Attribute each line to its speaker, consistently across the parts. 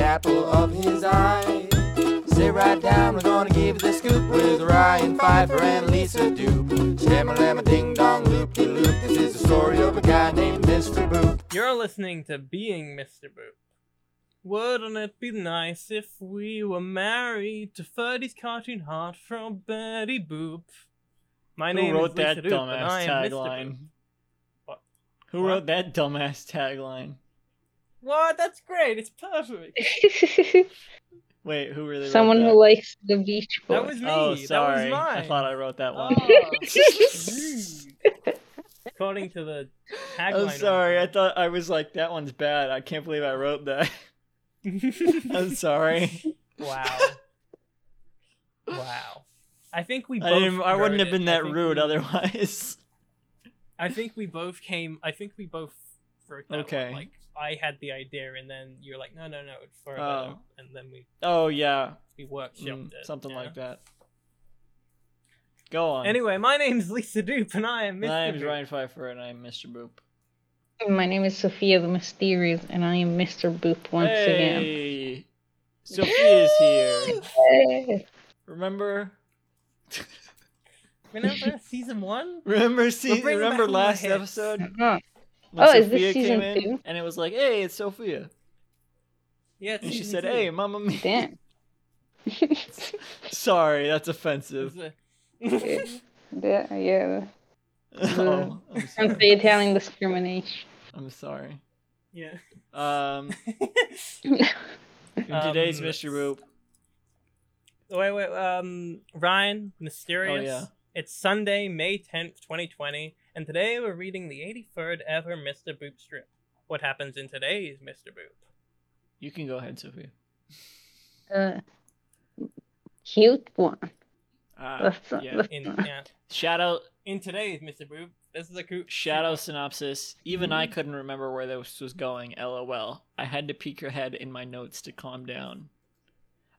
Speaker 1: of his eye. Sit right down, we're gonna give you the scoop with Ryan Pfeiffer and Lisa Dupe. Shamma lamma ding dong loop de loop. This is the story of a guy named Mr. Boop.
Speaker 2: You're listening to Being Mr. Boop. Wouldn't it be nice if we were married to Ferdy's cartoon heart from Betty Boop? My
Speaker 3: Who
Speaker 2: name
Speaker 3: wrote
Speaker 2: is
Speaker 3: that
Speaker 2: Lisa Doop, and I am Mr.
Speaker 3: dumbass
Speaker 2: Boop.
Speaker 3: tagline?
Speaker 2: What?
Speaker 3: Who
Speaker 2: What?
Speaker 3: wrote that dumbass tagline?
Speaker 2: What? That's great. It's perfect.
Speaker 3: Wait, who really?
Speaker 4: Someone who
Speaker 3: wrote
Speaker 4: likes the beach boy.
Speaker 2: That was me.
Speaker 3: that? Oh,
Speaker 2: That
Speaker 3: sorry.
Speaker 2: was mine.
Speaker 3: I thought I wrote that one.
Speaker 2: Oh, jeez. According to the tagline.
Speaker 3: I'm sorry. I
Speaker 2: of
Speaker 3: thought I was like that one's bad. I can't believe I wrote that. I'm sorry.
Speaker 2: wow. Wow. I think we both.
Speaker 3: I didn't, I wouldn't
Speaker 2: wrote
Speaker 3: have
Speaker 2: it.
Speaker 3: been
Speaker 2: I
Speaker 3: that
Speaker 2: think
Speaker 3: rude
Speaker 2: we-
Speaker 3: otherwise.
Speaker 2: I think we both came. I think we both wrote that.
Speaker 3: Okay.
Speaker 2: One. Like I had the idea, and then you're like, no, no, no, it's for
Speaker 3: Oh.
Speaker 2: and then we
Speaker 3: Oh yeah,
Speaker 2: we workshopped
Speaker 3: Mm,
Speaker 2: it.
Speaker 3: something
Speaker 2: yeah.
Speaker 3: like that. Go on.
Speaker 2: Anyway, my name's Lisa Doop, and I am Mr.
Speaker 3: my name's
Speaker 2: Doop.
Speaker 3: Ryan Pfeiffer, and I'm Mr. Boop.
Speaker 4: My name is Sophia the Mysterious, and I am Mr. Boop once again.
Speaker 3: hey, Sophia's here.
Speaker 4: Hey.
Speaker 3: Remember?
Speaker 2: Remember season one?
Speaker 3: Remember? See,
Speaker 2: bringing
Speaker 3: remember
Speaker 2: back all the
Speaker 3: last
Speaker 2: hits.
Speaker 3: episode
Speaker 4: Huh.
Speaker 3: when
Speaker 4: Oh, is this
Speaker 3: Sophia
Speaker 4: season
Speaker 3: came in
Speaker 4: two?
Speaker 3: and it was like, "Hey, it's Sophia,"
Speaker 2: Yeah. it's
Speaker 3: and she
Speaker 2: season
Speaker 3: said,
Speaker 2: two.
Speaker 3: "Hey, Mama Mia."
Speaker 4: Damn.
Speaker 3: Sorry, that's
Speaker 2: It's
Speaker 3: offensive.
Speaker 2: a-
Speaker 4: yeah, yeah.
Speaker 3: oh, I'm
Speaker 4: From
Speaker 3: sorry.
Speaker 4: the Italian discrimination.
Speaker 3: I'm sorry.
Speaker 2: yeah.
Speaker 3: Um,
Speaker 2: Um,
Speaker 3: today's Mr. Boop.
Speaker 2: Wait, wait. Um, Ryan, mysterious.
Speaker 3: Oh, yeah.
Speaker 2: It's Sunday, May tenth, twenty twenty, and today we're reading the eighty-third ever Mr. Boop strip. What happens in today's Mr. Boop?
Speaker 3: You can go ahead, Sophia.
Speaker 4: Uh, cute one.
Speaker 3: Uh,
Speaker 4: That's not,
Speaker 3: yeah.
Speaker 4: that's
Speaker 2: In
Speaker 4: not-
Speaker 2: yeah.
Speaker 3: Shadow
Speaker 2: in today's Mr. Boop. This is a coup.
Speaker 3: Shadow synopsis. Even
Speaker 2: Mm-hmm.
Speaker 3: I couldn't remember where this was going. LOL. I had to peek your head in my notes to calm down.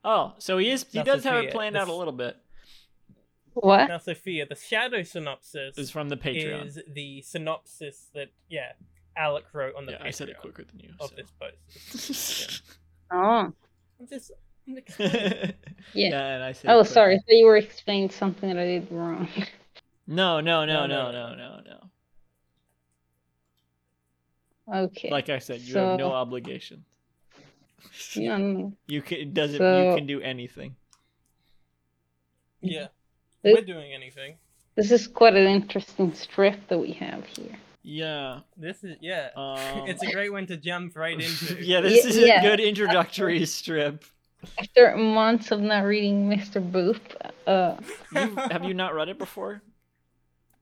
Speaker 3: Oh, so he is. He
Speaker 2: That's
Speaker 3: does have
Speaker 2: okay.
Speaker 3: it planned out a
Speaker 2: This-
Speaker 3: little bit.
Speaker 4: What?
Speaker 2: Now, Sophia, the shadow synopsis
Speaker 3: It's from the Patreon.
Speaker 2: is the synopsis that yeah Alec wrote on the
Speaker 3: yeah,
Speaker 2: Patreon
Speaker 3: I said it quicker than you.
Speaker 2: of
Speaker 3: so.
Speaker 2: this post.
Speaker 4: Oh.
Speaker 2: I'm just. I'm
Speaker 3: yeah.
Speaker 4: Yeah.
Speaker 3: and I said. it
Speaker 4: Oh,
Speaker 3: quicker.
Speaker 4: sorry. So you were explaining something that I did wrong.
Speaker 3: No, no, no,
Speaker 2: No,
Speaker 3: no,
Speaker 2: no,
Speaker 3: no, no, no.
Speaker 4: Okay.
Speaker 3: Like I said, you
Speaker 4: So-
Speaker 3: have no obligation.
Speaker 4: No, no.
Speaker 3: You can it doesn't.
Speaker 4: So-
Speaker 3: You can do anything.
Speaker 2: yeah,
Speaker 4: This-
Speaker 2: we're doing anything.
Speaker 4: This is quite an interesting strip that we have here.
Speaker 3: Yeah.
Speaker 2: This is yeah.
Speaker 3: Um,
Speaker 2: it's a great one to jump right into.
Speaker 3: yeah. This
Speaker 4: Ye-
Speaker 3: is a
Speaker 4: yeah,
Speaker 3: good introductory strip.
Speaker 4: After months of not reading Mr. Boop, uh,
Speaker 3: You've, have you not read it before?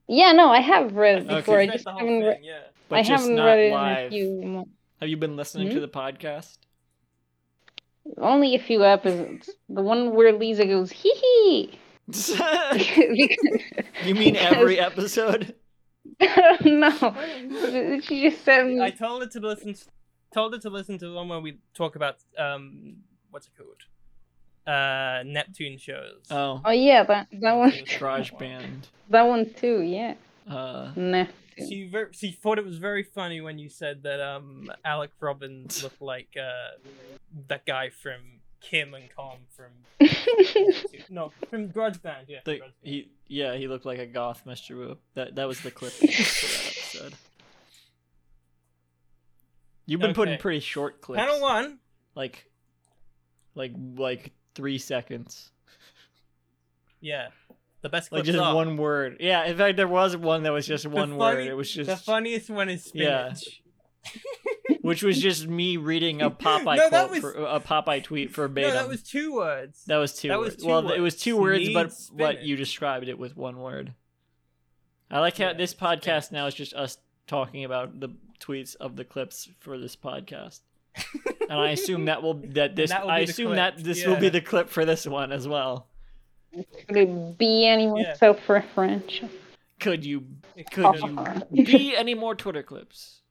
Speaker 4: yeah, no, I have read it
Speaker 3: Okay.
Speaker 4: before. I
Speaker 2: Read
Speaker 4: just
Speaker 2: the whole
Speaker 4: haven't,
Speaker 2: thing,
Speaker 4: re-
Speaker 2: yeah.
Speaker 3: But
Speaker 4: I
Speaker 3: just
Speaker 4: haven't
Speaker 3: not
Speaker 4: read it in a
Speaker 3: live.
Speaker 4: few months.
Speaker 3: Have you been listening
Speaker 4: Hmm?
Speaker 3: to the podcast?
Speaker 4: Only a few episodes. the one where Lisa goes, hee hee. Because-
Speaker 3: you mean every episode?
Speaker 4: I don't know. She just sent
Speaker 2: I
Speaker 4: me.
Speaker 2: told her to listen. told her to listen to the one where we talk about um, what's it called? Uh, Neptune shows.
Speaker 3: Oh,
Speaker 4: Oh, yeah, that, that one.
Speaker 3: Garage Band.
Speaker 4: That one too, yeah.
Speaker 3: Uh,
Speaker 4: Nah.
Speaker 2: She ver- she thought it was very funny when you said that um Alec Robbins looked like uh that guy from Kim and Com from no from Grudge Band yeah.
Speaker 3: the,
Speaker 2: Grudge Band.
Speaker 3: he, yeah, he looked like a goth, Mr. Wu. That that was the clip for that episode. You've been putting
Speaker 2: Okay.
Speaker 3: pretty short clips,
Speaker 2: Panel one.
Speaker 3: like, like, like three seconds,
Speaker 2: Yeah, the best clips
Speaker 3: like just
Speaker 2: are.
Speaker 3: one word. Yeah, in fact, there was one that was just
Speaker 2: The
Speaker 3: one word.
Speaker 2: funny-
Speaker 3: It was
Speaker 2: The
Speaker 3: just,
Speaker 2: funniest one is
Speaker 3: Yeah.
Speaker 2: spinach.
Speaker 3: which was just me reading a Popeye
Speaker 2: No, that
Speaker 3: quote,
Speaker 2: was-
Speaker 3: for, a Popeye tweet verbatim.
Speaker 2: No, that was two words.
Speaker 3: That was two.
Speaker 2: That was
Speaker 3: words.
Speaker 2: two
Speaker 3: well, it was two words,
Speaker 2: words.
Speaker 3: but
Speaker 2: Need
Speaker 3: but you
Speaker 2: spinach.
Speaker 3: described it with one word. I like how
Speaker 2: Yeah,
Speaker 3: this podcast now is just us talking about the tweets of the clips for this podcast, and I assume that will that this
Speaker 2: That will
Speaker 3: I
Speaker 2: be the
Speaker 3: assume
Speaker 2: clip,
Speaker 3: that this will be
Speaker 2: yeah.
Speaker 3: the clip for this one as well.
Speaker 4: Could it be any more
Speaker 2: Yeah.
Speaker 4: self-referential?
Speaker 3: Could you
Speaker 2: It
Speaker 3: could
Speaker 2: could've-
Speaker 3: you be any more Twitter clips?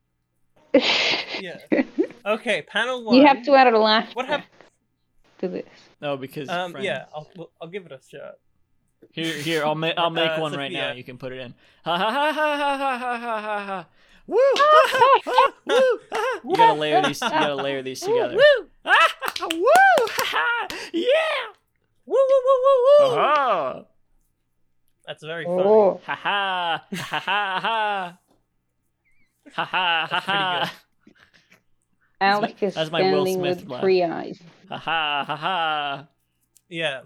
Speaker 2: Yeah. Okay, panel one.
Speaker 4: you have to add a laugh
Speaker 2: What hap-
Speaker 4: to this.
Speaker 3: No, Oh, because
Speaker 2: Um,
Speaker 3: friends.
Speaker 2: yeah, I'll, we'll- I'll give it a shot.
Speaker 3: Here, here, I'll make I'll make
Speaker 2: Uh,
Speaker 3: one right now.
Speaker 2: Sophia.
Speaker 3: You can put it in. Ha ha ha ha ha ha ha ha ha ha. Woo! Ah, ah, ah, woo! Ah. You gotta layer these. You gotta layer these together. Ah, ah, woo!
Speaker 2: That's very funny.
Speaker 4: Oh.
Speaker 3: Ha ha ha ha ha. Ha ha ha
Speaker 2: That's pretty
Speaker 3: ha.
Speaker 4: Alec
Speaker 3: my-
Speaker 4: is
Speaker 3: that's my Will
Speaker 4: standing
Speaker 3: Smith
Speaker 4: with
Speaker 3: laugh.
Speaker 4: three eyes.
Speaker 3: Ha ha ha ha.
Speaker 2: Yeah.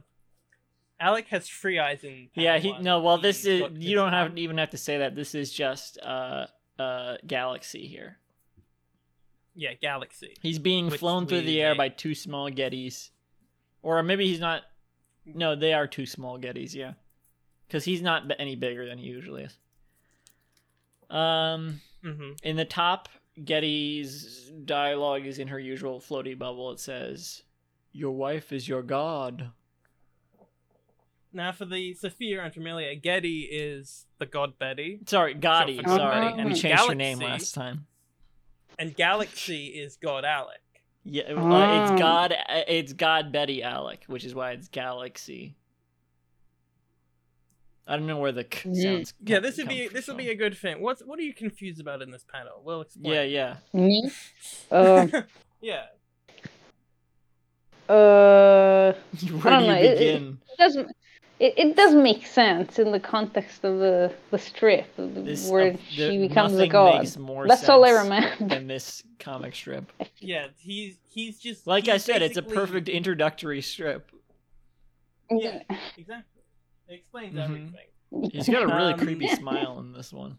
Speaker 2: Alec has free eyes in.
Speaker 3: Yeah, he
Speaker 2: Padawan.
Speaker 3: no, well this
Speaker 2: He's
Speaker 3: is
Speaker 2: got
Speaker 3: you don't have
Speaker 2: this-
Speaker 3: even have to say that. This is just uh uh galaxy here.
Speaker 2: Yeah, galaxy.
Speaker 3: He's being
Speaker 2: Which
Speaker 3: flown through
Speaker 2: we
Speaker 3: the air
Speaker 2: make-
Speaker 3: by two small Gettys. Or maybe he's not No, they are two small Gettys, yeah. Cuz he's not b- any bigger than he usually is. Um
Speaker 2: Mm-hmm.
Speaker 3: In the top, Getty's dialogue is in her usual floaty bubble. It says, Your wife is your god.
Speaker 2: Now for the Sophia and Familia, Getty is the god Betty,
Speaker 3: Sorry, Gotti.
Speaker 2: for
Speaker 4: God
Speaker 3: sorry.
Speaker 4: Betty
Speaker 3: we
Speaker 4: and
Speaker 3: changed her name
Speaker 2: Galaxy.
Speaker 3: last time.
Speaker 2: and Galaxy is god Alec.
Speaker 3: Yeah, uh,
Speaker 4: Ah.
Speaker 3: it's God. It's God Betty Alec, which is why it's Galaxy. I don't know where the k
Speaker 4: Mm.
Speaker 3: sounds.
Speaker 2: Yeah, this would be this would be a good thing. What's what are you confused about in this panel? We'll
Speaker 3: Yeah,
Speaker 2: explain.
Speaker 3: yeah.
Speaker 4: Me? Uh,
Speaker 2: yeah.
Speaker 4: uh,
Speaker 3: Where do
Speaker 4: know,
Speaker 3: you
Speaker 4: it- it-
Speaker 3: begin?
Speaker 4: it doesn't. It, it does make sense in the context of the, the strip of the-
Speaker 3: This
Speaker 4: where
Speaker 3: of-
Speaker 4: she
Speaker 3: there-
Speaker 4: becomes a
Speaker 3: nothing
Speaker 4: god.
Speaker 3: Makes more
Speaker 4: That's all I
Speaker 3: sense
Speaker 4: remember.
Speaker 3: Than this comic strip.
Speaker 2: Yeah, he's he's just
Speaker 3: Like I
Speaker 2: he's
Speaker 3: said, it's a
Speaker 2: basically-
Speaker 3: perfect introductory strip.
Speaker 2: Yeah, exactly. It explains
Speaker 3: Mhm.
Speaker 2: everything.
Speaker 3: He's got a really
Speaker 2: Um,
Speaker 3: creepy smile in this one.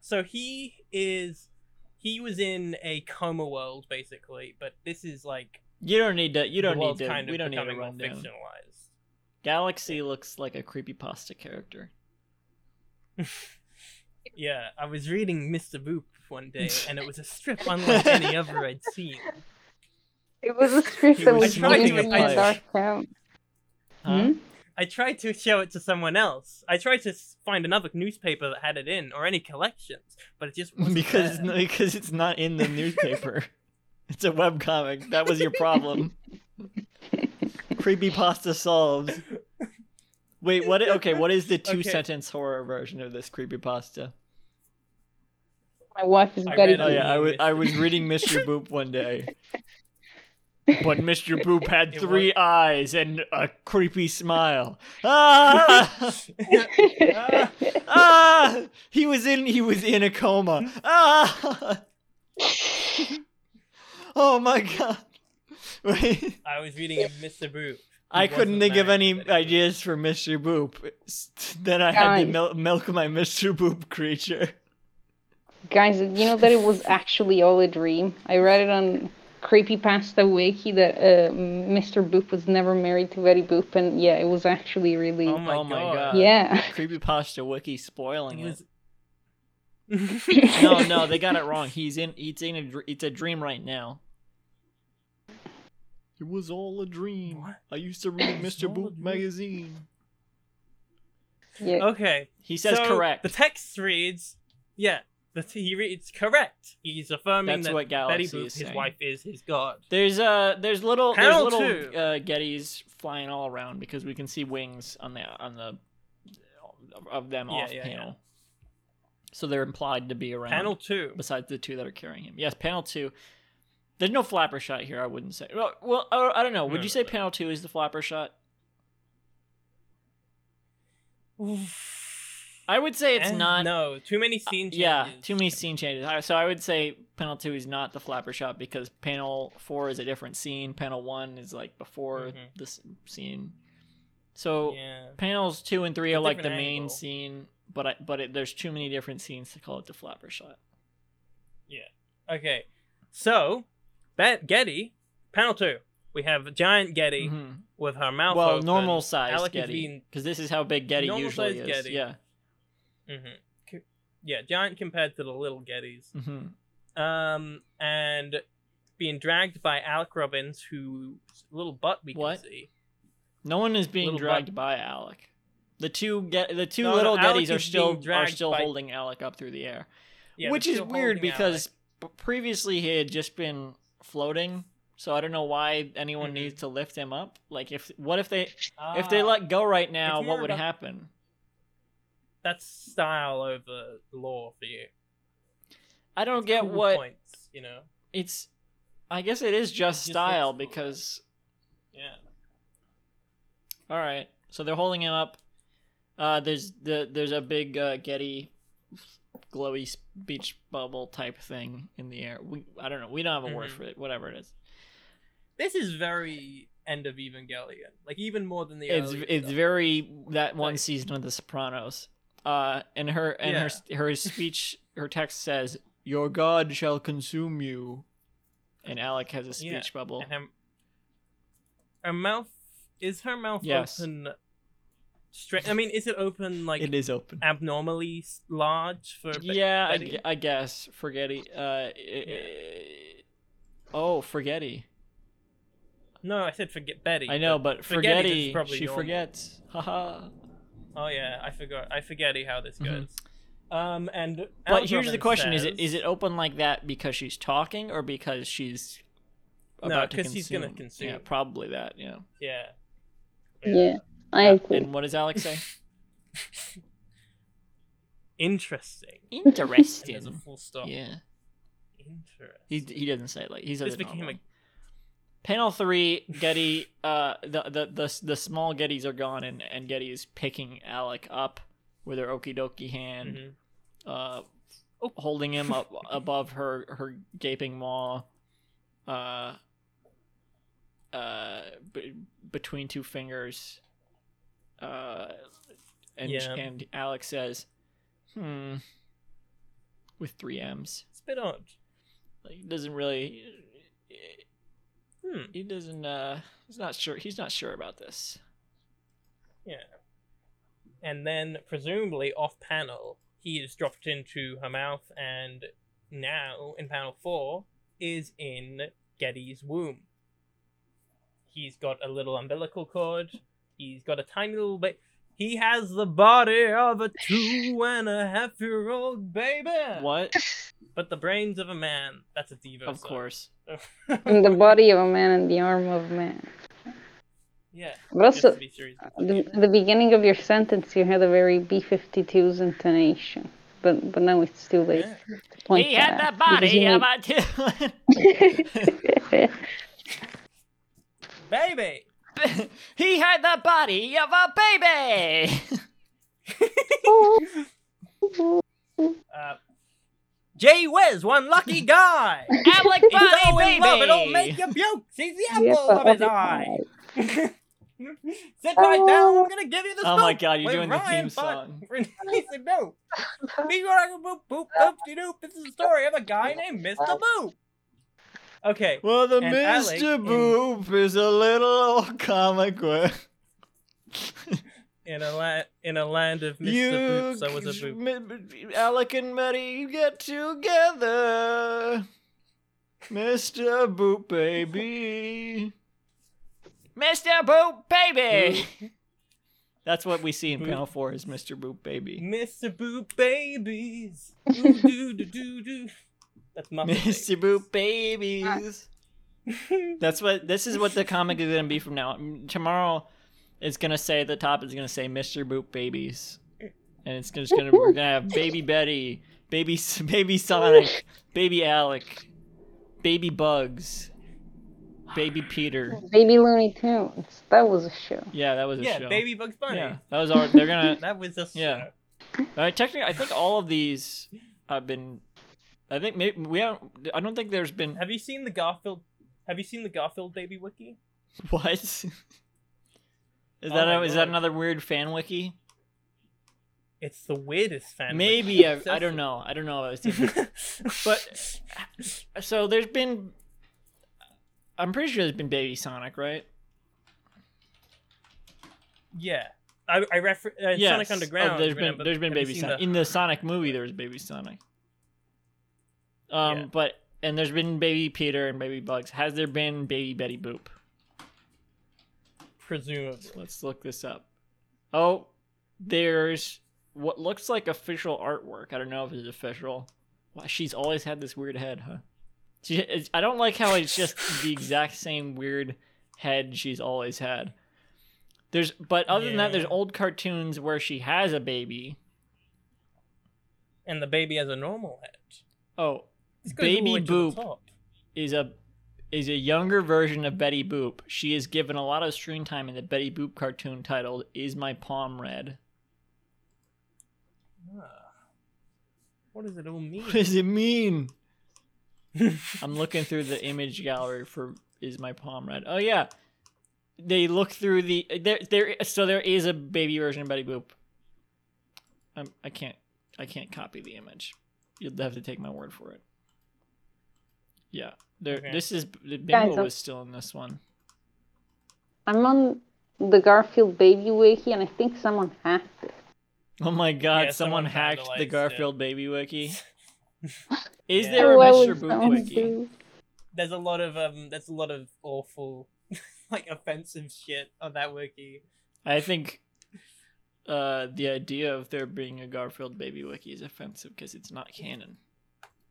Speaker 2: So he is he was in a coma world basically, but this is like
Speaker 3: You don't need to. You
Speaker 2: the
Speaker 3: don't need
Speaker 2: world's
Speaker 3: to.
Speaker 2: kind of
Speaker 3: we don't need to
Speaker 2: becoming more
Speaker 3: run down.
Speaker 2: fictionalized.
Speaker 3: Galaxy looks like a creepy pasta character.
Speaker 2: Yeah, I was reading Mr. Boop one day, and it was a strip unlike any other I'd seen.
Speaker 4: It was a strip
Speaker 3: He
Speaker 4: that
Speaker 3: was
Speaker 4: was
Speaker 2: smoking
Speaker 4: used
Speaker 2: a
Speaker 4: in the
Speaker 2: pipe.
Speaker 4: dark town.
Speaker 3: Huh?
Speaker 2: I tried to show it to someone else. I tried to s- find another newspaper that had it in, or any collections, but it just wasn't
Speaker 3: Because it's
Speaker 2: there.
Speaker 3: not- because it's not in the newspaper. it's a webcomic. That was your problem. creepy pasta solves. Wait, what? i- Okay, what is the
Speaker 2: Okay.
Speaker 3: two-sentence horror version of this creepy pasta?
Speaker 4: My wife is
Speaker 2: I
Speaker 4: Betty.
Speaker 2: read
Speaker 3: Oh yeah, I was
Speaker 2: Mr.
Speaker 3: I was reading Mr. Boop one day. But Mr. Boop had
Speaker 2: It
Speaker 3: three eyes and a creepy smile. Ah! Ah! Ah! He was in he was in a coma. Ah! Oh my god. Wait.
Speaker 2: I was reading a Mr. Boop.
Speaker 3: I couldn't
Speaker 2: wasn't
Speaker 3: think of
Speaker 2: mad
Speaker 3: any
Speaker 2: at it.
Speaker 3: ideas for Mr. Boop. Then I had to
Speaker 4: Guys.
Speaker 3: mil- milk my Mr. Boop creature.
Speaker 4: Guys, did you know that it was actually all a dream? I read it on Creepypasta Wiki that uh, Mr. Boop was never married to Betty Boop, and yeah, it was actually really.
Speaker 2: Oh my
Speaker 3: Oh my
Speaker 2: god.
Speaker 3: god.
Speaker 4: yeah.
Speaker 3: Creepy pasta wiki spoiling
Speaker 2: It
Speaker 3: it.
Speaker 2: was-
Speaker 3: no, no, they got it wrong. He's in. It's in a. dr- It's a dream right now. It was all a dream.
Speaker 2: What?
Speaker 3: I used to read
Speaker 2: was all a dream.
Speaker 3: magazine.
Speaker 4: yeah.
Speaker 2: okay.
Speaker 3: He says
Speaker 2: so
Speaker 3: correct.
Speaker 2: The text reads, yeah, the t- he reads correct. He's affirming
Speaker 3: That's
Speaker 2: that
Speaker 3: what
Speaker 2: Betty
Speaker 3: Galaxy
Speaker 2: Boop,
Speaker 3: is
Speaker 2: his
Speaker 3: saying.
Speaker 2: wife, is his god.
Speaker 3: There's uh, there's little, there's
Speaker 2: Panel
Speaker 3: little
Speaker 2: two.
Speaker 3: uh, Gettys flying all around because we can see wings on the on the of them
Speaker 2: Yeah,
Speaker 3: off
Speaker 2: yeah,
Speaker 3: panel.
Speaker 2: yeah.
Speaker 3: So they're implied to be around.
Speaker 2: Panel two.
Speaker 3: besides the two that are carrying him. Yes, panel two. There's no flapper shot here. I wouldn't say. Well, well I, I don't know. Would
Speaker 2: No,
Speaker 3: you
Speaker 2: no,
Speaker 3: say
Speaker 2: no.
Speaker 3: panel two is the flapper shot? I would say it's
Speaker 2: Eh,
Speaker 3: not. uh,
Speaker 2: No, too many scene changes.
Speaker 3: Yeah, too many scene changes. I- So I would say panel two is not the flapper shot because panel four is a different scene. Panel one is like before
Speaker 2: Mhm.
Speaker 3: this scene. So
Speaker 2: Yeah.
Speaker 3: panels two and three
Speaker 2: It's a
Speaker 3: are like the
Speaker 2: different
Speaker 3: main
Speaker 2: angle.
Speaker 3: scene, but I, but it, there's too many different scenes to call it the flapper shot.
Speaker 2: Okay. So, that Getty, panel two. We have a giant Getty
Speaker 3: Mhm.
Speaker 2: with her mouth
Speaker 3: Well,
Speaker 2: open.
Speaker 3: normal size
Speaker 2: Alec is
Speaker 3: Getty
Speaker 2: being-
Speaker 3: because this is how big Getty
Speaker 2: Normal
Speaker 3: usually
Speaker 2: size
Speaker 3: is.
Speaker 2: Getty.
Speaker 3: Yeah.
Speaker 2: Mhm. C- Yeah, giant compared to the little Gettys.
Speaker 3: hmm
Speaker 2: Um, and being dragged by Alec Robbins, whose little butt we
Speaker 3: What?
Speaker 2: can see.
Speaker 3: No one is being
Speaker 2: Little
Speaker 3: dragged by Alec. The two get the two
Speaker 2: No, no,
Speaker 3: little
Speaker 2: Alec
Speaker 3: Gettys are
Speaker 2: is
Speaker 3: still
Speaker 2: being
Speaker 3: are
Speaker 2: dragged
Speaker 3: still
Speaker 2: by-
Speaker 3: holding Alec up through the air,
Speaker 2: Yeah,
Speaker 3: which
Speaker 2: they're
Speaker 3: is
Speaker 2: still
Speaker 3: weird
Speaker 2: holding
Speaker 3: because p- previously he had just been floating. So I don't know why anyone
Speaker 2: Mhm.
Speaker 3: needs to lift him up. Like if what if they
Speaker 2: Alec.
Speaker 3: if they
Speaker 2: Ah.
Speaker 3: let go right now,
Speaker 2: more
Speaker 3: what would
Speaker 2: about-
Speaker 3: happen?
Speaker 2: that's style over law for you.
Speaker 3: I don't get
Speaker 2: Cool
Speaker 3: what
Speaker 2: points, you know?
Speaker 3: it's. I guess it is just
Speaker 2: Just
Speaker 3: style
Speaker 2: looks cool.
Speaker 3: because
Speaker 2: Yeah.
Speaker 3: all right. So they're holding him up. Uh, there's the there's a big uh, Getty glowy s- beach bubble type thing in the air. We I don't know. We don't have a word
Speaker 2: Mhm.
Speaker 3: for it. Whatever it is,
Speaker 2: This is very end of Evangelion, like even more than the.
Speaker 3: it's
Speaker 2: earlier
Speaker 3: it's
Speaker 2: stuff.
Speaker 3: very that one
Speaker 2: uh, Like-
Speaker 3: season of The Sopranos. Uh, and her and her her speech her text says, "Your God shall consume you," and Alec has a speech
Speaker 2: Yeah,
Speaker 3: bubble.
Speaker 2: And her, her mouth is her mouth
Speaker 3: Yes.
Speaker 2: open. Straight. I mean, is it open like
Speaker 3: it is open.
Speaker 2: abnormally s- large for? a ba-
Speaker 3: yeah, I,
Speaker 2: Betty?
Speaker 3: gu- I guess Forgetti. Uh, it, oh, Forgetti.
Speaker 2: No, I said forget Betty.
Speaker 3: I know,
Speaker 2: but-
Speaker 3: but
Speaker 2: Forgetti is
Speaker 3: Forgetti,
Speaker 2: probably
Speaker 3: she
Speaker 2: normal.
Speaker 3: forgets. Haha.
Speaker 2: Oh yeah, I forgot. I forget how this
Speaker 3: Mhm.
Speaker 2: goes. Um, and
Speaker 3: But
Speaker 2: Al
Speaker 3: here's the
Speaker 2: Drummond
Speaker 3: question: Is it
Speaker 2: says-
Speaker 3: is it open like that because she's talking or because she's
Speaker 2: No,
Speaker 3: about to
Speaker 2: 'cause he's gonna
Speaker 3: Yeah,
Speaker 2: consume.
Speaker 3: probably that. Yeah.
Speaker 2: yeah.
Speaker 4: Yeah, I agree.
Speaker 3: And what does Alex say?
Speaker 2: Interesting. And there's a
Speaker 3: Interesting.
Speaker 2: full stop.
Speaker 3: yeah.
Speaker 2: Interesting.
Speaker 3: He he doesn't say it like he says
Speaker 2: This
Speaker 3: it
Speaker 2: became
Speaker 3: normal.
Speaker 2: a-
Speaker 3: Panel three, Getty, uh, the, the the the small Gettys are gone, and and Getty is picking Alec up with her okie dokie hand.
Speaker 2: Mhm.
Speaker 3: uh, holding him up above her her gaping maw, uh, uh, b- between two fingers, uh, and
Speaker 2: Yeah.
Speaker 3: and Alex says, "Hmm," with three M's.
Speaker 2: It's a bit odd.
Speaker 3: Like it doesn't really.
Speaker 2: Hmm.
Speaker 3: He doesn't. Uh, he's not sure. He's not sure about this.
Speaker 2: Yeah. And then, presumably off panel, he is dropped into her mouth, and now in panel four is in Getty's womb. He's got a little umbilical cord. He's got a tiny little baby. He has the body of a two and a half year old baby.
Speaker 3: What?
Speaker 2: But the brains of a man. That's a diva.
Speaker 3: of course.
Speaker 4: In the body of a man and the arm of a man.
Speaker 2: yeah.
Speaker 4: But
Speaker 2: just to
Speaker 4: also,
Speaker 2: be serious.
Speaker 4: the, the beginning of your sentence, you had a very B-52's intonation. But but now it's too late
Speaker 2: Yeah.
Speaker 4: to point
Speaker 3: he
Speaker 4: that
Speaker 3: had the
Speaker 4: out, because
Speaker 3: body of
Speaker 4: you
Speaker 3: a
Speaker 4: need-
Speaker 3: two.
Speaker 2: Baby!
Speaker 3: he had the body of a baby.
Speaker 2: Uh, Jay Wiz, one lucky guy!
Speaker 3: Alec
Speaker 2: He's
Speaker 3: body
Speaker 2: so
Speaker 3: baby.
Speaker 2: in love, it'll make you puke! She's the apple
Speaker 4: Yes,
Speaker 2: of his
Speaker 4: I'll-
Speaker 2: eye! Sit right down, I'm gonna give you the
Speaker 3: Oh
Speaker 2: scoop
Speaker 3: my god, you're
Speaker 2: with
Speaker 3: doing the
Speaker 2: Ryan
Speaker 3: theme song.
Speaker 2: Fun- Mr. Boop. Be right, boop, boop, boop, de doop. This is the story of a guy named Mr. Boop. Okay.
Speaker 3: Well, the
Speaker 2: And Alec
Speaker 3: Mr.
Speaker 2: in-
Speaker 3: Boop is a little old comic book.
Speaker 2: In a, la- in a land of Mr.
Speaker 3: you,
Speaker 2: Boops, I was a boop.
Speaker 3: m- Alec and Betty get together. Mr. Boop Baby. Mr. Boop Baby. That's what we see in
Speaker 2: Boop.
Speaker 3: panel four is Mr. Boop Baby.
Speaker 2: Mr. Boop Babies. Ooh, doo, doo, doo, doo. That's my
Speaker 3: Mr. Boop Babies. That's what this is what the comic is gonna be from now. on. Mm, Tomorrow, it's gonna say the top is gonna say Mr. Boop Babies, and it's just gonna we're gonna have Baby Betty, Baby S- Baby Sonic, Baby Alec, Baby Bugs, Baby Peter.
Speaker 4: Baby Looney Tunes. That was a show.
Speaker 3: Yeah, that was a
Speaker 2: Yeah,
Speaker 3: show.
Speaker 2: Baby Bugs Bunny.
Speaker 3: Yeah, that was our. They're gonna.
Speaker 2: That was a
Speaker 3: Yeah. Uh, technically, I think all of these have been. I think maybe we haven't. I don't think there's been
Speaker 2: Have you seen the Garfield? Have you seen the Garfield Baby Wiki?
Speaker 3: What? Is
Speaker 2: Oh
Speaker 3: that
Speaker 2: my
Speaker 3: a, is that
Speaker 2: God.
Speaker 3: another weird fan wiki?
Speaker 2: It's the weirdest fan.
Speaker 3: Maybe I, I don't know. I don't know. It's different. But- so there's been. I'm pretty sure there's been Baby Sonic, right?
Speaker 2: yeah, I I refer uh,
Speaker 3: Yes.
Speaker 2: Sonic Underground.
Speaker 3: Oh, there's been
Speaker 2: remember-
Speaker 3: there's been
Speaker 2: have you
Speaker 3: Baby
Speaker 2: seen
Speaker 3: Sonic
Speaker 2: the-
Speaker 3: in the Sonic movie. There was Baby Sonic. Um,
Speaker 2: Yeah.
Speaker 3: but and there's been Baby Peter and Baby Bugs. Has there been Baby Betty Boop?
Speaker 2: presumably.
Speaker 3: Let's look this up. Oh, there's what looks like official artwork. I don't know if it's official. Wow, she's always had this weird head, huh? She, it's- I don't like how it's just the exact same weird head she's always had. There's, but other than that, there's
Speaker 2: Yeah.
Speaker 3: old cartoons where she has a baby.
Speaker 2: And the baby has a normal head.
Speaker 3: Oh,
Speaker 2: This goes all the
Speaker 3: baby
Speaker 2: way to the
Speaker 3: Boop
Speaker 2: top.
Speaker 3: is a is a younger version of Betty Boop. She is given a lot of screen time in the Betty Boop cartoon titled "Is My Palm Red."
Speaker 2: Ah. What does it all mean?
Speaker 3: What does it mean? I'm looking through the image gallery for is my palm red? Oh yeah, they look through the there there. So there is a baby version of Betty Boop. Um, I can't I can't copy the image. You'll have to take my word for it. Yeah, there.
Speaker 2: Okay.
Speaker 3: This is the
Speaker 4: Guys,
Speaker 3: Bimbo
Speaker 4: I'm-
Speaker 3: was still in this one.
Speaker 4: I'm on the Garfield Baby Wiki, and I think someone hacked it.
Speaker 3: Oh my god,
Speaker 2: Yeah, someone
Speaker 3: someone, hacked the
Speaker 2: vandalized
Speaker 3: Garfield baby wiki. Is
Speaker 2: Yeah.
Speaker 3: there a
Speaker 4: Well,
Speaker 3: Mr.
Speaker 4: it's
Speaker 3: Boop
Speaker 4: Oh, on
Speaker 3: wiki?
Speaker 4: the-
Speaker 2: There's a lot of um. There's a lot of awful, like offensive shit on that wiki.
Speaker 3: I think uh, the idea of there being a Garfield baby wiki is offensive because it's not canon.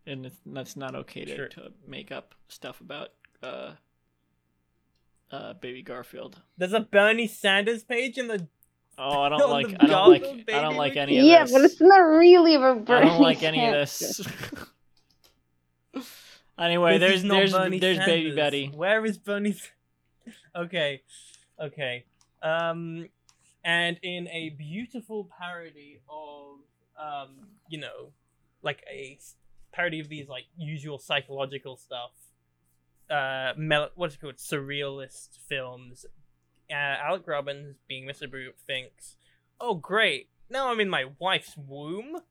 Speaker 3: And it's, that's not okay to,
Speaker 2: Sure.
Speaker 3: to make up stuff about uh, uh, baby Garfield.
Speaker 2: There's a Bernie Sanders page in the.
Speaker 3: Oh, I
Speaker 2: On
Speaker 3: don't
Speaker 2: the
Speaker 3: like I don't
Speaker 2: Garfield
Speaker 3: like I
Speaker 2: baby
Speaker 3: don't like
Speaker 2: wiki?
Speaker 3: any of
Speaker 4: Yeah,
Speaker 3: this.
Speaker 4: but it's not really about
Speaker 3: I
Speaker 4: Bernie.
Speaker 3: don't like any of
Speaker 4: Sanders.
Speaker 3: this. anyway,
Speaker 2: This is
Speaker 3: there's
Speaker 2: not
Speaker 3: there's
Speaker 2: Bernie
Speaker 3: there's baby
Speaker 2: Sanders.
Speaker 3: Betty.
Speaker 2: Where is Bernie? S- okay, okay. Um, and in a beautiful parody of um, you know, like a s- parody of these like usual psychological stuff. Uh, mel- what's it called? Surrealist films. Uh, Alec Robbins, being Mr. Boop, thinks, "Oh, great! Now I'm in my wife's womb."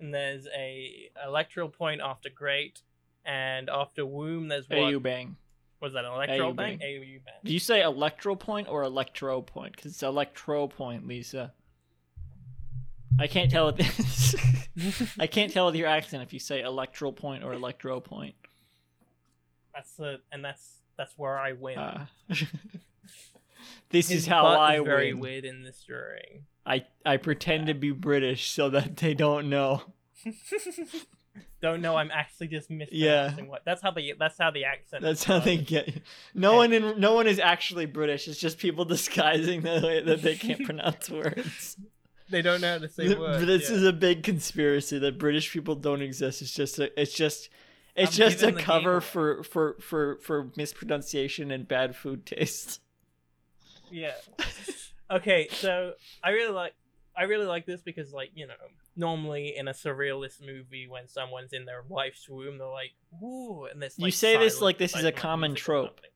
Speaker 2: And there's a electoral point after great, and after womb there's what
Speaker 3: AU bang.
Speaker 2: was that an electoral
Speaker 3: AU
Speaker 2: bank?
Speaker 3: bang.
Speaker 2: AU bank.
Speaker 3: Do you say electro point or electro point? Because it's electro point, Lisa. I can't tell with this. I can't tell with your accent if you say electoral point or electro point.
Speaker 2: That's the and that's that's where I win.
Speaker 3: Uh, this
Speaker 2: His
Speaker 3: is how
Speaker 2: butt
Speaker 3: I
Speaker 2: is very
Speaker 3: win.
Speaker 2: weird in this drawing.
Speaker 3: I I pretend to be British so that they don't know.
Speaker 2: Don't know. I'm actually just mispronouncing what. That's how the that's how the accent.
Speaker 3: That's how they
Speaker 2: started.
Speaker 3: get. You. No one in no one is actually British. It's just people disguising the way that they can't pronounce words.
Speaker 2: They don't know how to say
Speaker 3: Th-
Speaker 2: words.
Speaker 3: This
Speaker 2: yeah.
Speaker 3: is a big conspiracy that British people don't exist. It's just a, it's just it's
Speaker 2: I'm
Speaker 3: just a
Speaker 2: giving the game
Speaker 3: cover
Speaker 2: away.
Speaker 3: for, for for for mispronunciation and bad food taste.
Speaker 2: yeah. Okay, so I really like I really like this because like you know normally in a surrealist movie when someone's in their wife's womb they're like ooh and this
Speaker 3: You
Speaker 2: like,
Speaker 3: say this
Speaker 2: silence,
Speaker 3: like this is a
Speaker 2: like,
Speaker 3: common
Speaker 2: music or
Speaker 3: trope.
Speaker 2: something.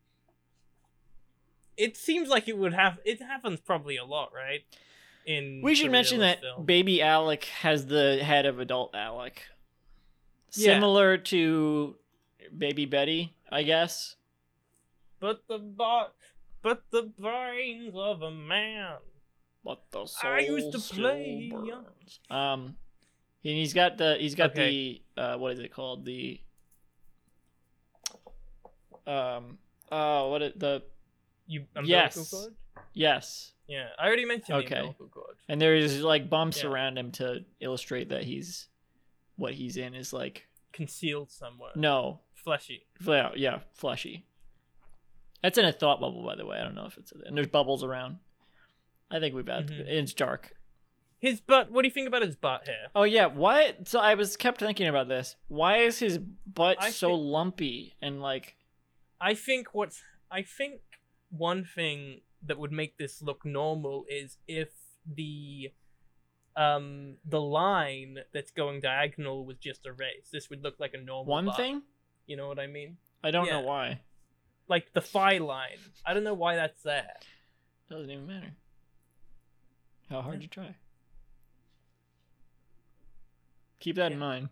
Speaker 2: It seems like it would have it happens probably a lot, right? In
Speaker 3: We should mention
Speaker 2: surrealist
Speaker 3: that
Speaker 2: films.
Speaker 3: baby Alec has the head of adult Alec,
Speaker 2: Yeah.
Speaker 3: similar to baby Betty, I guess.
Speaker 2: but the bo- but the brains of a man.
Speaker 3: But the soul
Speaker 2: I used to
Speaker 3: still
Speaker 2: play.
Speaker 3: burns. Um, and he's got the he's got
Speaker 2: Okay.
Speaker 3: the uh, what is it called the um oh what it, the
Speaker 2: You umbilical
Speaker 3: Yes.
Speaker 2: cord?
Speaker 3: yes
Speaker 2: Yeah, I already mentioned the
Speaker 3: Okay.
Speaker 2: umbilical cord.
Speaker 3: and there is like bumps
Speaker 2: Yeah.
Speaker 3: around him to illustrate that he's what he's in is like
Speaker 2: Concealed somewhere.
Speaker 3: no
Speaker 2: Fleshy.
Speaker 3: yeah, yeah fleshy. That's in a thought bubble, by the way. I don't know if it's and there's bubbles around. I think we've had
Speaker 2: Mhm.
Speaker 3: it's dark.
Speaker 2: His butt. What do you think about his butt hair?
Speaker 3: Oh yeah, why? So I was kept thinking about this. Why is his butt
Speaker 2: I
Speaker 3: so
Speaker 2: think-
Speaker 3: lumpy and like?
Speaker 2: I think what's. I think one thing that would make this look normal is if the, um, the line that's going diagonal was just erased. This would look like a normal.
Speaker 3: One
Speaker 2: butt.
Speaker 3: thing?
Speaker 2: You know what I mean?
Speaker 3: I don't know
Speaker 2: Yeah.
Speaker 3: why.
Speaker 2: Like the phi line. I don't know why that's there.
Speaker 3: Doesn't even matter. How hard
Speaker 2: Yeah.
Speaker 3: to try. Keep that
Speaker 2: Yeah.
Speaker 3: in mind.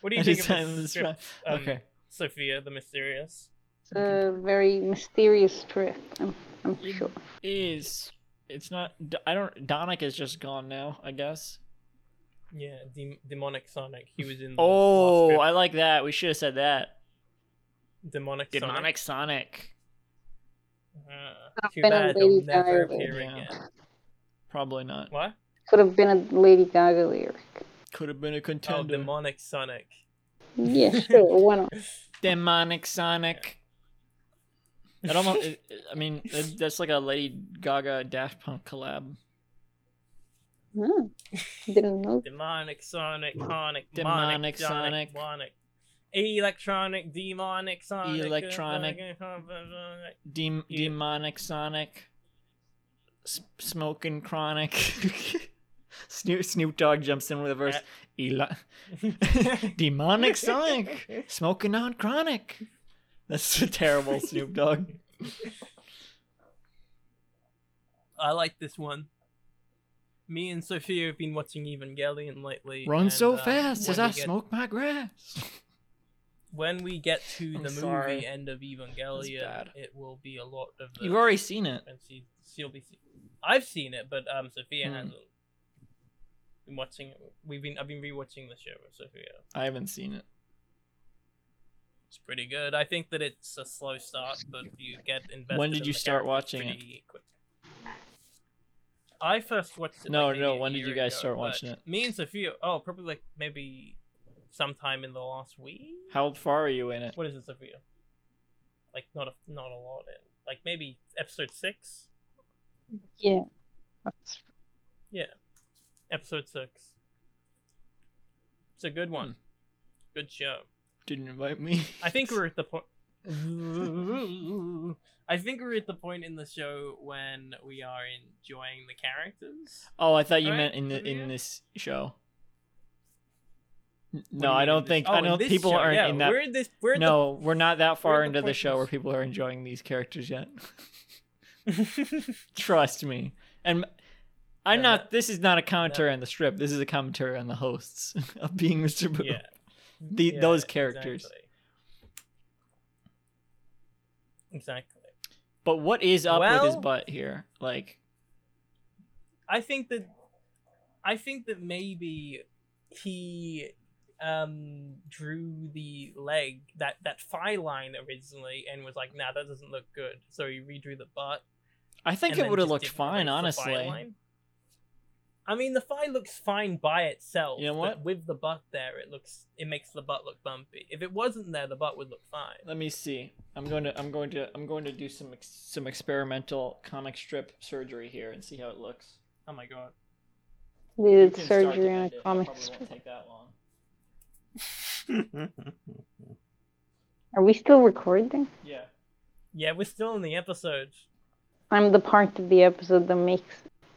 Speaker 2: What do you
Speaker 3: At
Speaker 2: think
Speaker 3: his
Speaker 2: of
Speaker 3: time
Speaker 2: this
Speaker 3: this
Speaker 2: strip, um,
Speaker 3: okay.
Speaker 2: Sophia the Mysterious?
Speaker 4: It's a very mysterious strip, I'm, I'm
Speaker 3: You-
Speaker 4: sure.
Speaker 3: Is it's not? D- I don't. Donic is just gone now. I guess.
Speaker 2: Yeah, Dem- demonic Sonic. He was in. the last
Speaker 3: Oh,
Speaker 2: strip.
Speaker 3: I like that. We should have said that.
Speaker 2: demonic. Sonic.
Speaker 3: Demonic Sonic.
Speaker 2: Uh, too
Speaker 4: Venom
Speaker 2: bad
Speaker 4: Lady
Speaker 2: he'll never
Speaker 4: Diary.
Speaker 2: appear
Speaker 3: Yeah.
Speaker 2: again.
Speaker 3: Probably not.
Speaker 2: What?
Speaker 4: Could have been a Lady Gaga lyric.
Speaker 3: Could have been a
Speaker 2: Oh,
Speaker 3: contender.
Speaker 2: demonic Sonic.
Speaker 4: Yeah, sure, why not?
Speaker 3: Demonic Sonic. It almost. it- it- I mean, it- that's like a Lady Gaga Daft Punk collab.
Speaker 4: No, didn't know.
Speaker 2: Demonic Sonic, Sonic,
Speaker 3: Demonic
Speaker 2: Demonic
Speaker 3: Sonic.
Speaker 2: Sonic, Sonic. Electronic, demonic, sonic,
Speaker 3: Electronic.
Speaker 2: Sonic.
Speaker 3: Dem-
Speaker 2: Yeah.
Speaker 3: Demonic Sonic. s- smoking chronic. Snoop, Snoop Dogg jumps in with a verse. Eli- Demonic Sonic, smoking on chronic. That's a terrible Snoop Dogg.
Speaker 2: I like this one. Me and Sophia have been watching Evangelion lately.
Speaker 3: Run
Speaker 2: and,
Speaker 3: so
Speaker 2: uh,
Speaker 3: fast as
Speaker 2: when
Speaker 3: I
Speaker 2: we get-
Speaker 3: smoke my grass.
Speaker 2: When we get to
Speaker 3: I'm
Speaker 2: the
Speaker 3: sorry.
Speaker 2: movie end of Evangelion,
Speaker 3: bad.
Speaker 2: it will be a lot of. The,
Speaker 3: You've already seen it.
Speaker 2: and she she'll be. See- I've seen it, but um, Sophia
Speaker 3: Hmm.
Speaker 2: hasn't. Been watching. it- We've been. I've been rewatching the show with Sophia.
Speaker 3: I haven't seen it.
Speaker 2: It's pretty good. I think that it's a slow start, but you get invested.
Speaker 3: When did
Speaker 2: in
Speaker 3: you
Speaker 2: the
Speaker 3: start
Speaker 2: characters
Speaker 3: watching it?
Speaker 2: pretty Quick. I first watched it.
Speaker 3: No,
Speaker 2: like, maybe
Speaker 3: no,
Speaker 2: a
Speaker 3: when did
Speaker 2: year
Speaker 3: you guys
Speaker 2: ago,
Speaker 3: start
Speaker 2: but
Speaker 3: watching it?
Speaker 2: Me and Sophia. Oh, probably like maybe sometime in the last week.
Speaker 3: How far are you in it?
Speaker 2: What is it, Sophia? Like not a not a lot in. Like maybe episode six.
Speaker 4: Yeah.
Speaker 2: Episode six. It's a good one.
Speaker 3: Hmm.
Speaker 2: Good show.
Speaker 3: Didn't invite me.
Speaker 2: I think we're at the point. I think we're at the point in the show when we are enjoying the characters.
Speaker 3: Oh, I thought you
Speaker 2: Right?
Speaker 3: meant in the
Speaker 2: Over here?
Speaker 3: in this show. N-
Speaker 2: What
Speaker 3: No,
Speaker 2: do you
Speaker 3: I
Speaker 2: mean
Speaker 3: don't
Speaker 2: in this-
Speaker 3: think
Speaker 2: oh,
Speaker 3: I
Speaker 2: in
Speaker 3: don't.
Speaker 2: this
Speaker 3: People
Speaker 2: show,
Speaker 3: aren't
Speaker 2: yeah,
Speaker 3: in that.
Speaker 2: We're in this. We're at
Speaker 3: no, we're not that
Speaker 2: we're
Speaker 3: far
Speaker 2: at the
Speaker 3: into the
Speaker 2: point
Speaker 3: show
Speaker 2: in
Speaker 3: where
Speaker 2: this-
Speaker 3: people are enjoying these characters yet.
Speaker 2: The...
Speaker 3: Trust me. And I'm
Speaker 2: Yeah,
Speaker 3: not.
Speaker 2: that-
Speaker 3: this is not a commentary on the strip. This is a commentary on the hosts of being Mr. Boo.
Speaker 2: yeah.
Speaker 3: The,
Speaker 2: Yeah,
Speaker 3: those characters.
Speaker 2: Exactly. Exactly.
Speaker 3: But what is up with his
Speaker 2: Well-
Speaker 3: butt here? Like,
Speaker 2: I think that I think that maybe he um drew the leg that that thigh line originally and was like nah that doesn't look good so he redrew the butt
Speaker 3: I think
Speaker 2: and
Speaker 3: it
Speaker 2: then
Speaker 3: would have
Speaker 2: just
Speaker 3: looked
Speaker 2: didn't
Speaker 3: fine,
Speaker 2: erase the thigh
Speaker 3: honestly.
Speaker 2: line. I mean, the thigh looks fine by itself.
Speaker 3: You know
Speaker 2: but
Speaker 3: what?
Speaker 2: With the butt there, it looks it makes the butt look bumpy. If it wasn't there, the butt would look fine.
Speaker 3: Let me see. I'm going to. I'm going to. I'm going to do some ex- some experimental comic strip surgery here and see how it looks.
Speaker 2: Oh my god.
Speaker 4: They
Speaker 3: You
Speaker 4: did
Speaker 3: can start
Speaker 4: surgery
Speaker 3: to
Speaker 4: on a
Speaker 3: edit. It
Speaker 4: comic
Speaker 3: probably
Speaker 4: strip.
Speaker 3: won't take that long.
Speaker 4: Are we still recording?
Speaker 3: Yeah.
Speaker 2: Yeah, we're still in the episode.
Speaker 4: I'm the part of the episode that makes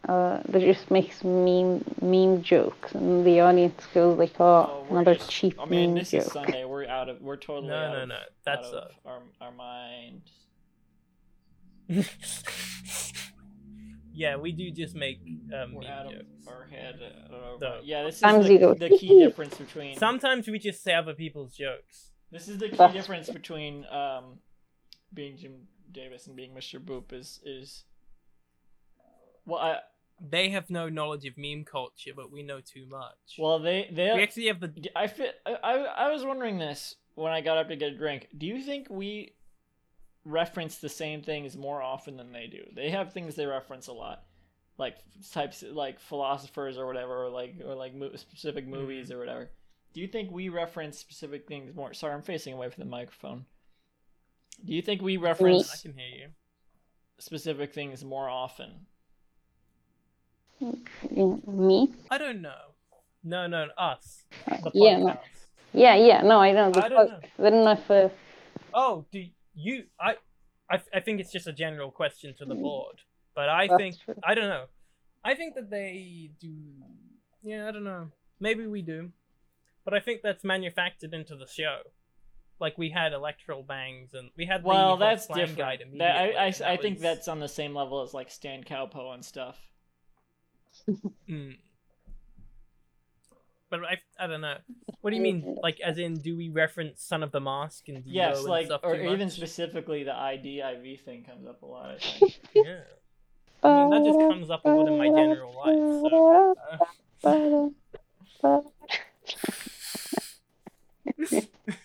Speaker 4: uh that just makes meme meme jokes and the audience goes like,
Speaker 3: Oh,
Speaker 4: oh,
Speaker 3: we're
Speaker 4: another
Speaker 3: just-
Speaker 4: cheap
Speaker 3: I mean,
Speaker 4: meme
Speaker 3: this is
Speaker 4: joke.
Speaker 3: Sunday. We're out of. We're totally
Speaker 2: No,
Speaker 3: out
Speaker 2: no,
Speaker 3: of-
Speaker 2: no. That's
Speaker 3: out of our our mind.
Speaker 2: yeah, we do just make um,
Speaker 3: We're
Speaker 2: meme
Speaker 3: out of
Speaker 2: jokes.
Speaker 3: our head. uh, our-
Speaker 2: No.
Speaker 3: Yeah, this is
Speaker 4: Sometimes you
Speaker 3: the,
Speaker 4: go,
Speaker 3: the key
Speaker 4: "Hee-hee."
Speaker 3: difference between.
Speaker 2: Sometimes we just say other people's jokes.
Speaker 3: This is the key
Speaker 4: That's-
Speaker 3: difference between um, being Jim Davis and being Mr. Boop is is. Well, I,
Speaker 2: They have no knowledge of meme culture, but we know too much.
Speaker 3: well they
Speaker 2: we
Speaker 3: they
Speaker 2: actually have the
Speaker 3: I fit. I, I I was wondering this when I got up to get a drink. Do you think we reference the same things more often than they do? They have things they reference a lot, like types like philosophers or whatever, or like or like mo- specific
Speaker 2: Mm-hmm.
Speaker 3: movies or whatever. Do you think we reference specific things more? Sorry, I'm facing away from the microphone. Do you think we
Speaker 2: I
Speaker 3: reference
Speaker 2: can hear you.
Speaker 3: specific things more often?
Speaker 4: Yeah, me?
Speaker 2: I don't know. No, no, us. The
Speaker 4: Yeah, no.
Speaker 2: podcast.
Speaker 4: Yeah, yeah, no, I know. The
Speaker 2: I don't
Speaker 4: fuck-
Speaker 2: know.
Speaker 4: I don't know if uh,
Speaker 2: Oh, do you? I, I, I think it's just a general question to the board, but I
Speaker 4: Mm. That's
Speaker 2: think
Speaker 4: true.
Speaker 2: I don't know. I think that they do. Yeah, I don't know. Maybe we do, but I think that's manufactured into the show. Like we had electoral bangs, and we had the
Speaker 3: Well,
Speaker 2: hot
Speaker 3: that's
Speaker 2: slang
Speaker 3: different.
Speaker 2: guide
Speaker 3: That, I,
Speaker 2: immediately,
Speaker 3: I,
Speaker 2: and that
Speaker 3: I think
Speaker 2: was-
Speaker 3: that's on the same level as like Stan Cowpo and stuff.
Speaker 2: Mm. But I, I don't know. What do you mean? Like, as in, do we reference Son of the Mask and Dio
Speaker 3: Yes,
Speaker 2: and
Speaker 3: like
Speaker 2: stuff
Speaker 3: or
Speaker 2: too
Speaker 3: even
Speaker 2: much?
Speaker 3: specifically the IDIV thing comes up a lot. I think.
Speaker 2: Yeah. I mean, that just comes up a lot in my general life. So.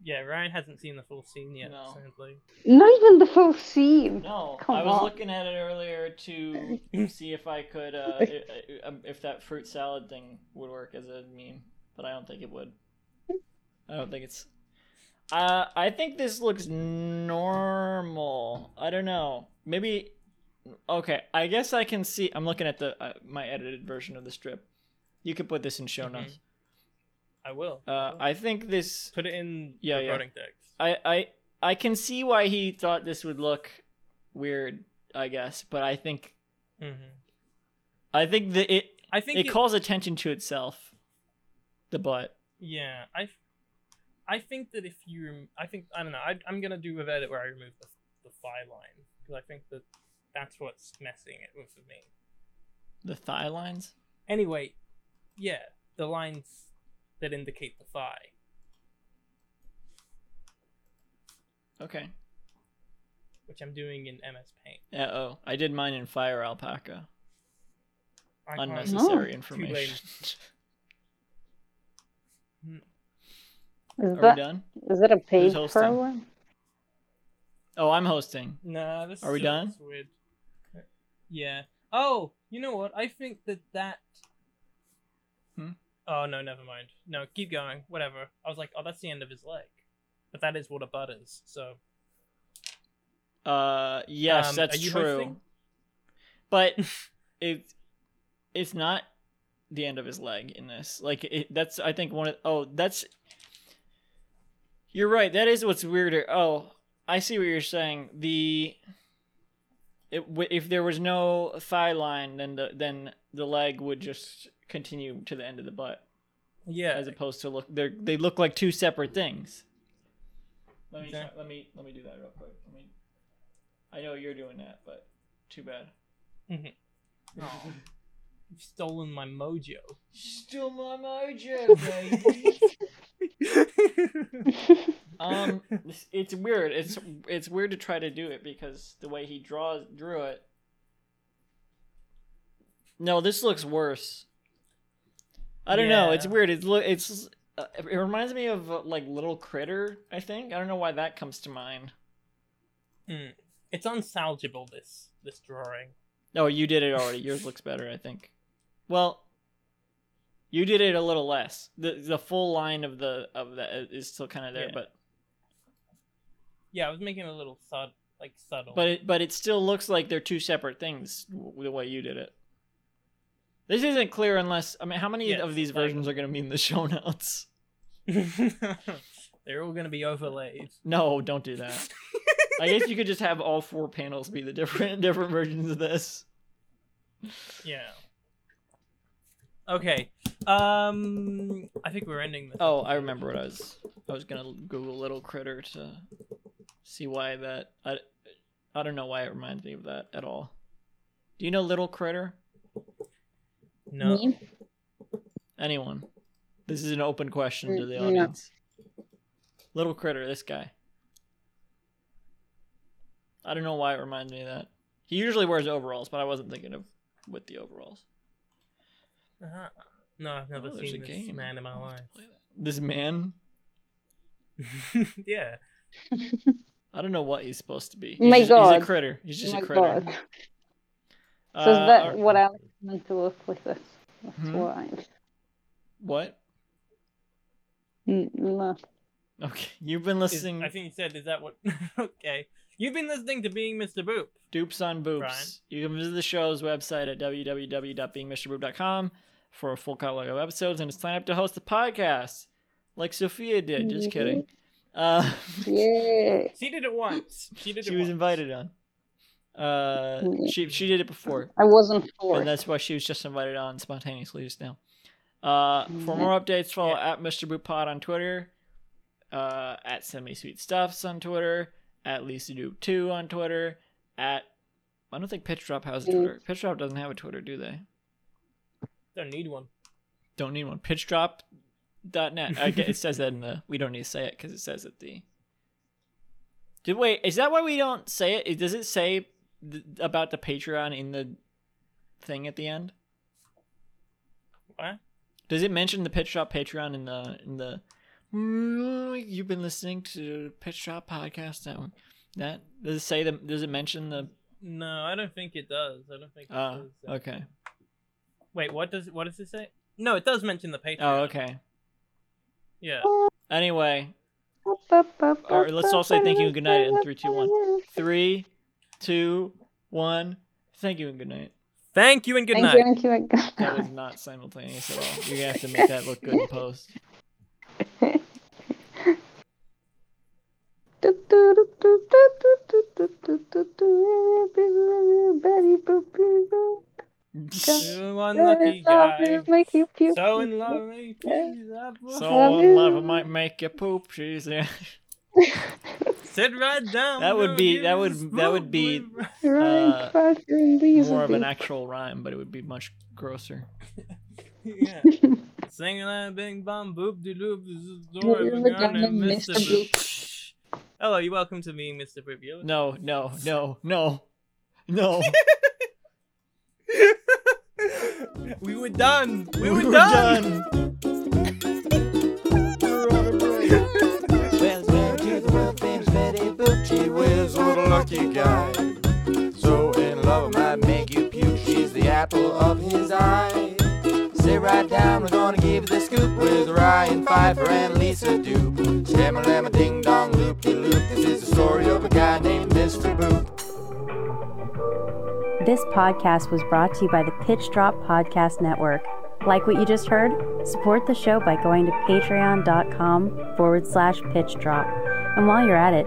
Speaker 2: Yeah, Ryan hasn't seen the full scene yet,
Speaker 3: No.
Speaker 2: sadly.
Speaker 4: Not even the full scene.
Speaker 3: no,
Speaker 4: Come
Speaker 3: I was
Speaker 4: on.
Speaker 3: looking at it earlier to see if I could uh, i- i- um, if that fruit salad thing would work as a meme, but I don't think it would. I don't think it's. Uh, I think this looks normal. I don't know. Maybe. Okay, I guess I can see. I'm looking at the uh, my edited version of the strip. You could put this in show
Speaker 2: Mhm.
Speaker 3: notes.
Speaker 2: I will.
Speaker 3: Uh, I think this
Speaker 2: put it in
Speaker 3: Yeah, yeah.
Speaker 2: recording text.
Speaker 3: I I I can see why he thought this would look weird I guess. But I think
Speaker 2: Mhm.
Speaker 3: I think that it
Speaker 2: I think
Speaker 3: it
Speaker 2: it-
Speaker 3: calls attention to itself. The butt.
Speaker 2: Yeah, I, f- I think that if you, rem- I think I don't know. I, I'm gonna do a edit where I remove the the thigh line because I think that that's what's messing it with for me.
Speaker 3: The thigh lines.
Speaker 2: Anyway, yeah, the lines that indicate the thigh.
Speaker 3: Okay.
Speaker 2: Which I'm doing in MS Paint.
Speaker 3: Uh oh. I did mine in fire alpaca.
Speaker 2: I can't-
Speaker 3: Unnecessary
Speaker 4: Oh.
Speaker 3: information.
Speaker 4: Is
Speaker 3: Are we
Speaker 4: that
Speaker 3: done?
Speaker 4: is that a page
Speaker 3: hosting?
Speaker 4: for one?
Speaker 3: Oh, I'm hosting.
Speaker 2: Nah, this
Speaker 3: Are we
Speaker 2: still
Speaker 3: done?
Speaker 2: looks Weird. Yeah. Oh, you know what? I think that that.
Speaker 3: Hmm?
Speaker 2: Oh no, never mind. No, keep going. Whatever. I was like, oh, that's the end of his leg, but that is what a butt is. So
Speaker 3: Uh, yes,
Speaker 2: Um,
Speaker 3: that's
Speaker 2: are you
Speaker 3: true.
Speaker 2: hosting?
Speaker 3: But it it's not the end of his leg in this. Like it, that's I think one of oh that's you're right. That is what's weirder. Oh, I see what you're saying. The it, w- if there was no thigh line, then the then the leg would just continue to the end of the butt,
Speaker 2: yeah,
Speaker 3: as opposed to look they they look like two separate things. Let me
Speaker 2: Okay.
Speaker 3: let me let me do that real quick. Let me. I know you're doing that, but too bad.
Speaker 2: Aw. You've stolen my mojo.
Speaker 3: Still my mojo, baby. um, it's- it's weird. It's it's weird to try to do it because the way he draws drew it. No, this looks worse. I don't know. It's
Speaker 2: Yeah.
Speaker 3: weird. It's lo- it's uh, it reminds me of uh, like Little Critter. I think I don't know why that comes to mind.
Speaker 2: Hmm. It's unsalvageable. This this drawing.
Speaker 3: No, you did it already. Yours looks better, I think. Well, you did it a little less. the The full line of the of the is still kind of there,
Speaker 2: Yeah.
Speaker 3: but
Speaker 2: Yeah, I was making it a little sub like subtle.
Speaker 3: But it, but it still looks like they're two separate things w- the way you did it. This isn't clear unless I mean, how many
Speaker 2: Yes,
Speaker 3: of these
Speaker 2: like-
Speaker 3: versions are going to be in the show notes?
Speaker 2: they're all gonna be overlaid.
Speaker 3: No, don't do that. I guess you could just have all four panels be the different different versions of this.
Speaker 2: Yeah. Okay. Um, I think we're ending this.
Speaker 3: Oh, I remember what I was. I was gonna Google Little Critter to see why that. I I don't know why it reminds me of that at all. Do you know Little Critter?
Speaker 2: No.
Speaker 4: Me?
Speaker 3: Anyone? This is an open question to the
Speaker 4: Mm, no.
Speaker 3: audience. Little critter, this guy. I don't know why it reminds me of that. He usually wears overalls, but I wasn't thinking of with the overalls.
Speaker 2: Uh-huh. No, I've never
Speaker 3: Oh, there's
Speaker 2: seen
Speaker 3: a
Speaker 2: this
Speaker 3: game.
Speaker 2: man in my life.
Speaker 3: This man,
Speaker 2: yeah.
Speaker 3: I don't know what he's supposed to be. He's
Speaker 4: My
Speaker 3: just, he's
Speaker 4: God.
Speaker 3: a critter. He's just
Speaker 4: Oh
Speaker 3: a
Speaker 4: my
Speaker 3: critter.
Speaker 4: God.
Speaker 3: Uh,
Speaker 4: so is that
Speaker 3: all-
Speaker 4: what Alex meant to look like this? That's
Speaker 3: Hmm?
Speaker 4: what I
Speaker 3: What?
Speaker 4: n- no.
Speaker 3: Okay, you've been
Speaker 2: Is-
Speaker 3: listening.
Speaker 2: I think you said, "Is that what?" okay. You've been listening to Being Mr. Boop.
Speaker 3: Dupes on Boops.
Speaker 2: Brian?
Speaker 3: You can visit the show's website at www.beingmrboop.com for a full catalog of episodes and to sign up to host the podcast, like Sophia did. Just kidding. Uh,
Speaker 4: Yay.
Speaker 2: She did it once. She did it.
Speaker 3: she was
Speaker 2: once.
Speaker 3: invited on. Uh, she she did it before,
Speaker 4: I wasn't
Speaker 3: and
Speaker 4: fourth.
Speaker 3: that's why she was just invited on spontaneously just now. Uh, for more updates, follow at Mr. Boop Pod on Twitter, uh, at Send Me Sweet Stuffs on Twitter, at Lisa Doop Two on Twitter, at I don't think Pitch Drop has a
Speaker 4: Mm.
Speaker 3: Twitter. Pitch Drop doesn't have a Twitter, do they?
Speaker 2: Don't need one.
Speaker 3: Don't need one. Pitchdrop.net. I get, it says that in the. We don't need to say it because it says at the. Did wait? Is that why we don't say it? It- Does it say th- about the Patreon in the thing at the end?
Speaker 2: What?
Speaker 3: Does it mention the Pitch Drop Patreon in the in the? You've been listening to Pitch Drop podcast network. That does it say the? Does it mention the?
Speaker 2: No, I don't think it does. I don't think. It
Speaker 3: Uh,
Speaker 2: does.
Speaker 3: okay.
Speaker 2: Wait, what does what does it say? No, it does mention the Patreon.
Speaker 3: Oh, okay.
Speaker 2: Yeah.
Speaker 3: Anyway,
Speaker 4: All
Speaker 3: right, let's all say thank you and good night in three, two, one. Three, two, one. Thank you and good night.
Speaker 2: Thank you and good
Speaker 4: Thank
Speaker 2: night.
Speaker 4: you and good night.
Speaker 3: That was not simultaneous at all. You're gonna have to make that look good in post.
Speaker 4: Do, do, do, do, do, do, do, do, do.
Speaker 2: So unlucky guy. So in love, eh? me, please,
Speaker 3: So
Speaker 2: apple.
Speaker 4: Love
Speaker 3: in love
Speaker 4: you.
Speaker 3: might make you poop. She's there.
Speaker 2: sit right down.
Speaker 3: That would
Speaker 2: no,
Speaker 3: be-
Speaker 2: give
Speaker 3: that
Speaker 2: me
Speaker 3: would-
Speaker 2: some
Speaker 3: that would
Speaker 2: smoke,
Speaker 3: be-
Speaker 2: boy.
Speaker 3: Uh, more of an
Speaker 4: More
Speaker 3: actual rhyme, but it would be much grosser.
Speaker 2: yeah. Singing that bing bong boop de loop. This is the
Speaker 4: You're
Speaker 2: story of a
Speaker 4: the
Speaker 2: guy named
Speaker 4: guy,
Speaker 2: Mr.
Speaker 4: Mr. Boop.
Speaker 2: Boop. Hello, you're welcome to being Mr. Boop. You're-
Speaker 3: No, no, no, no, no.
Speaker 2: we were done. We were,
Speaker 3: We're
Speaker 2: done.
Speaker 1: Well, thank you, the world famous Betty Boop. She whiz, what a lucky guy. So in love, I might make you puke. She's the apple of his eye. Sit right down, we're gonna give you the scoop with Ryan Pfeiffer and Lisa Doop. Stammer, lamma, ding dong, loop de loop. This is the story of a guy named Mr. Boop.
Speaker 5: This podcast was brought to you by the Pitch Drop Podcast Network. Like what you just heard? Support the show by going to patreon.com forward slash pitch drop. And while you're at it,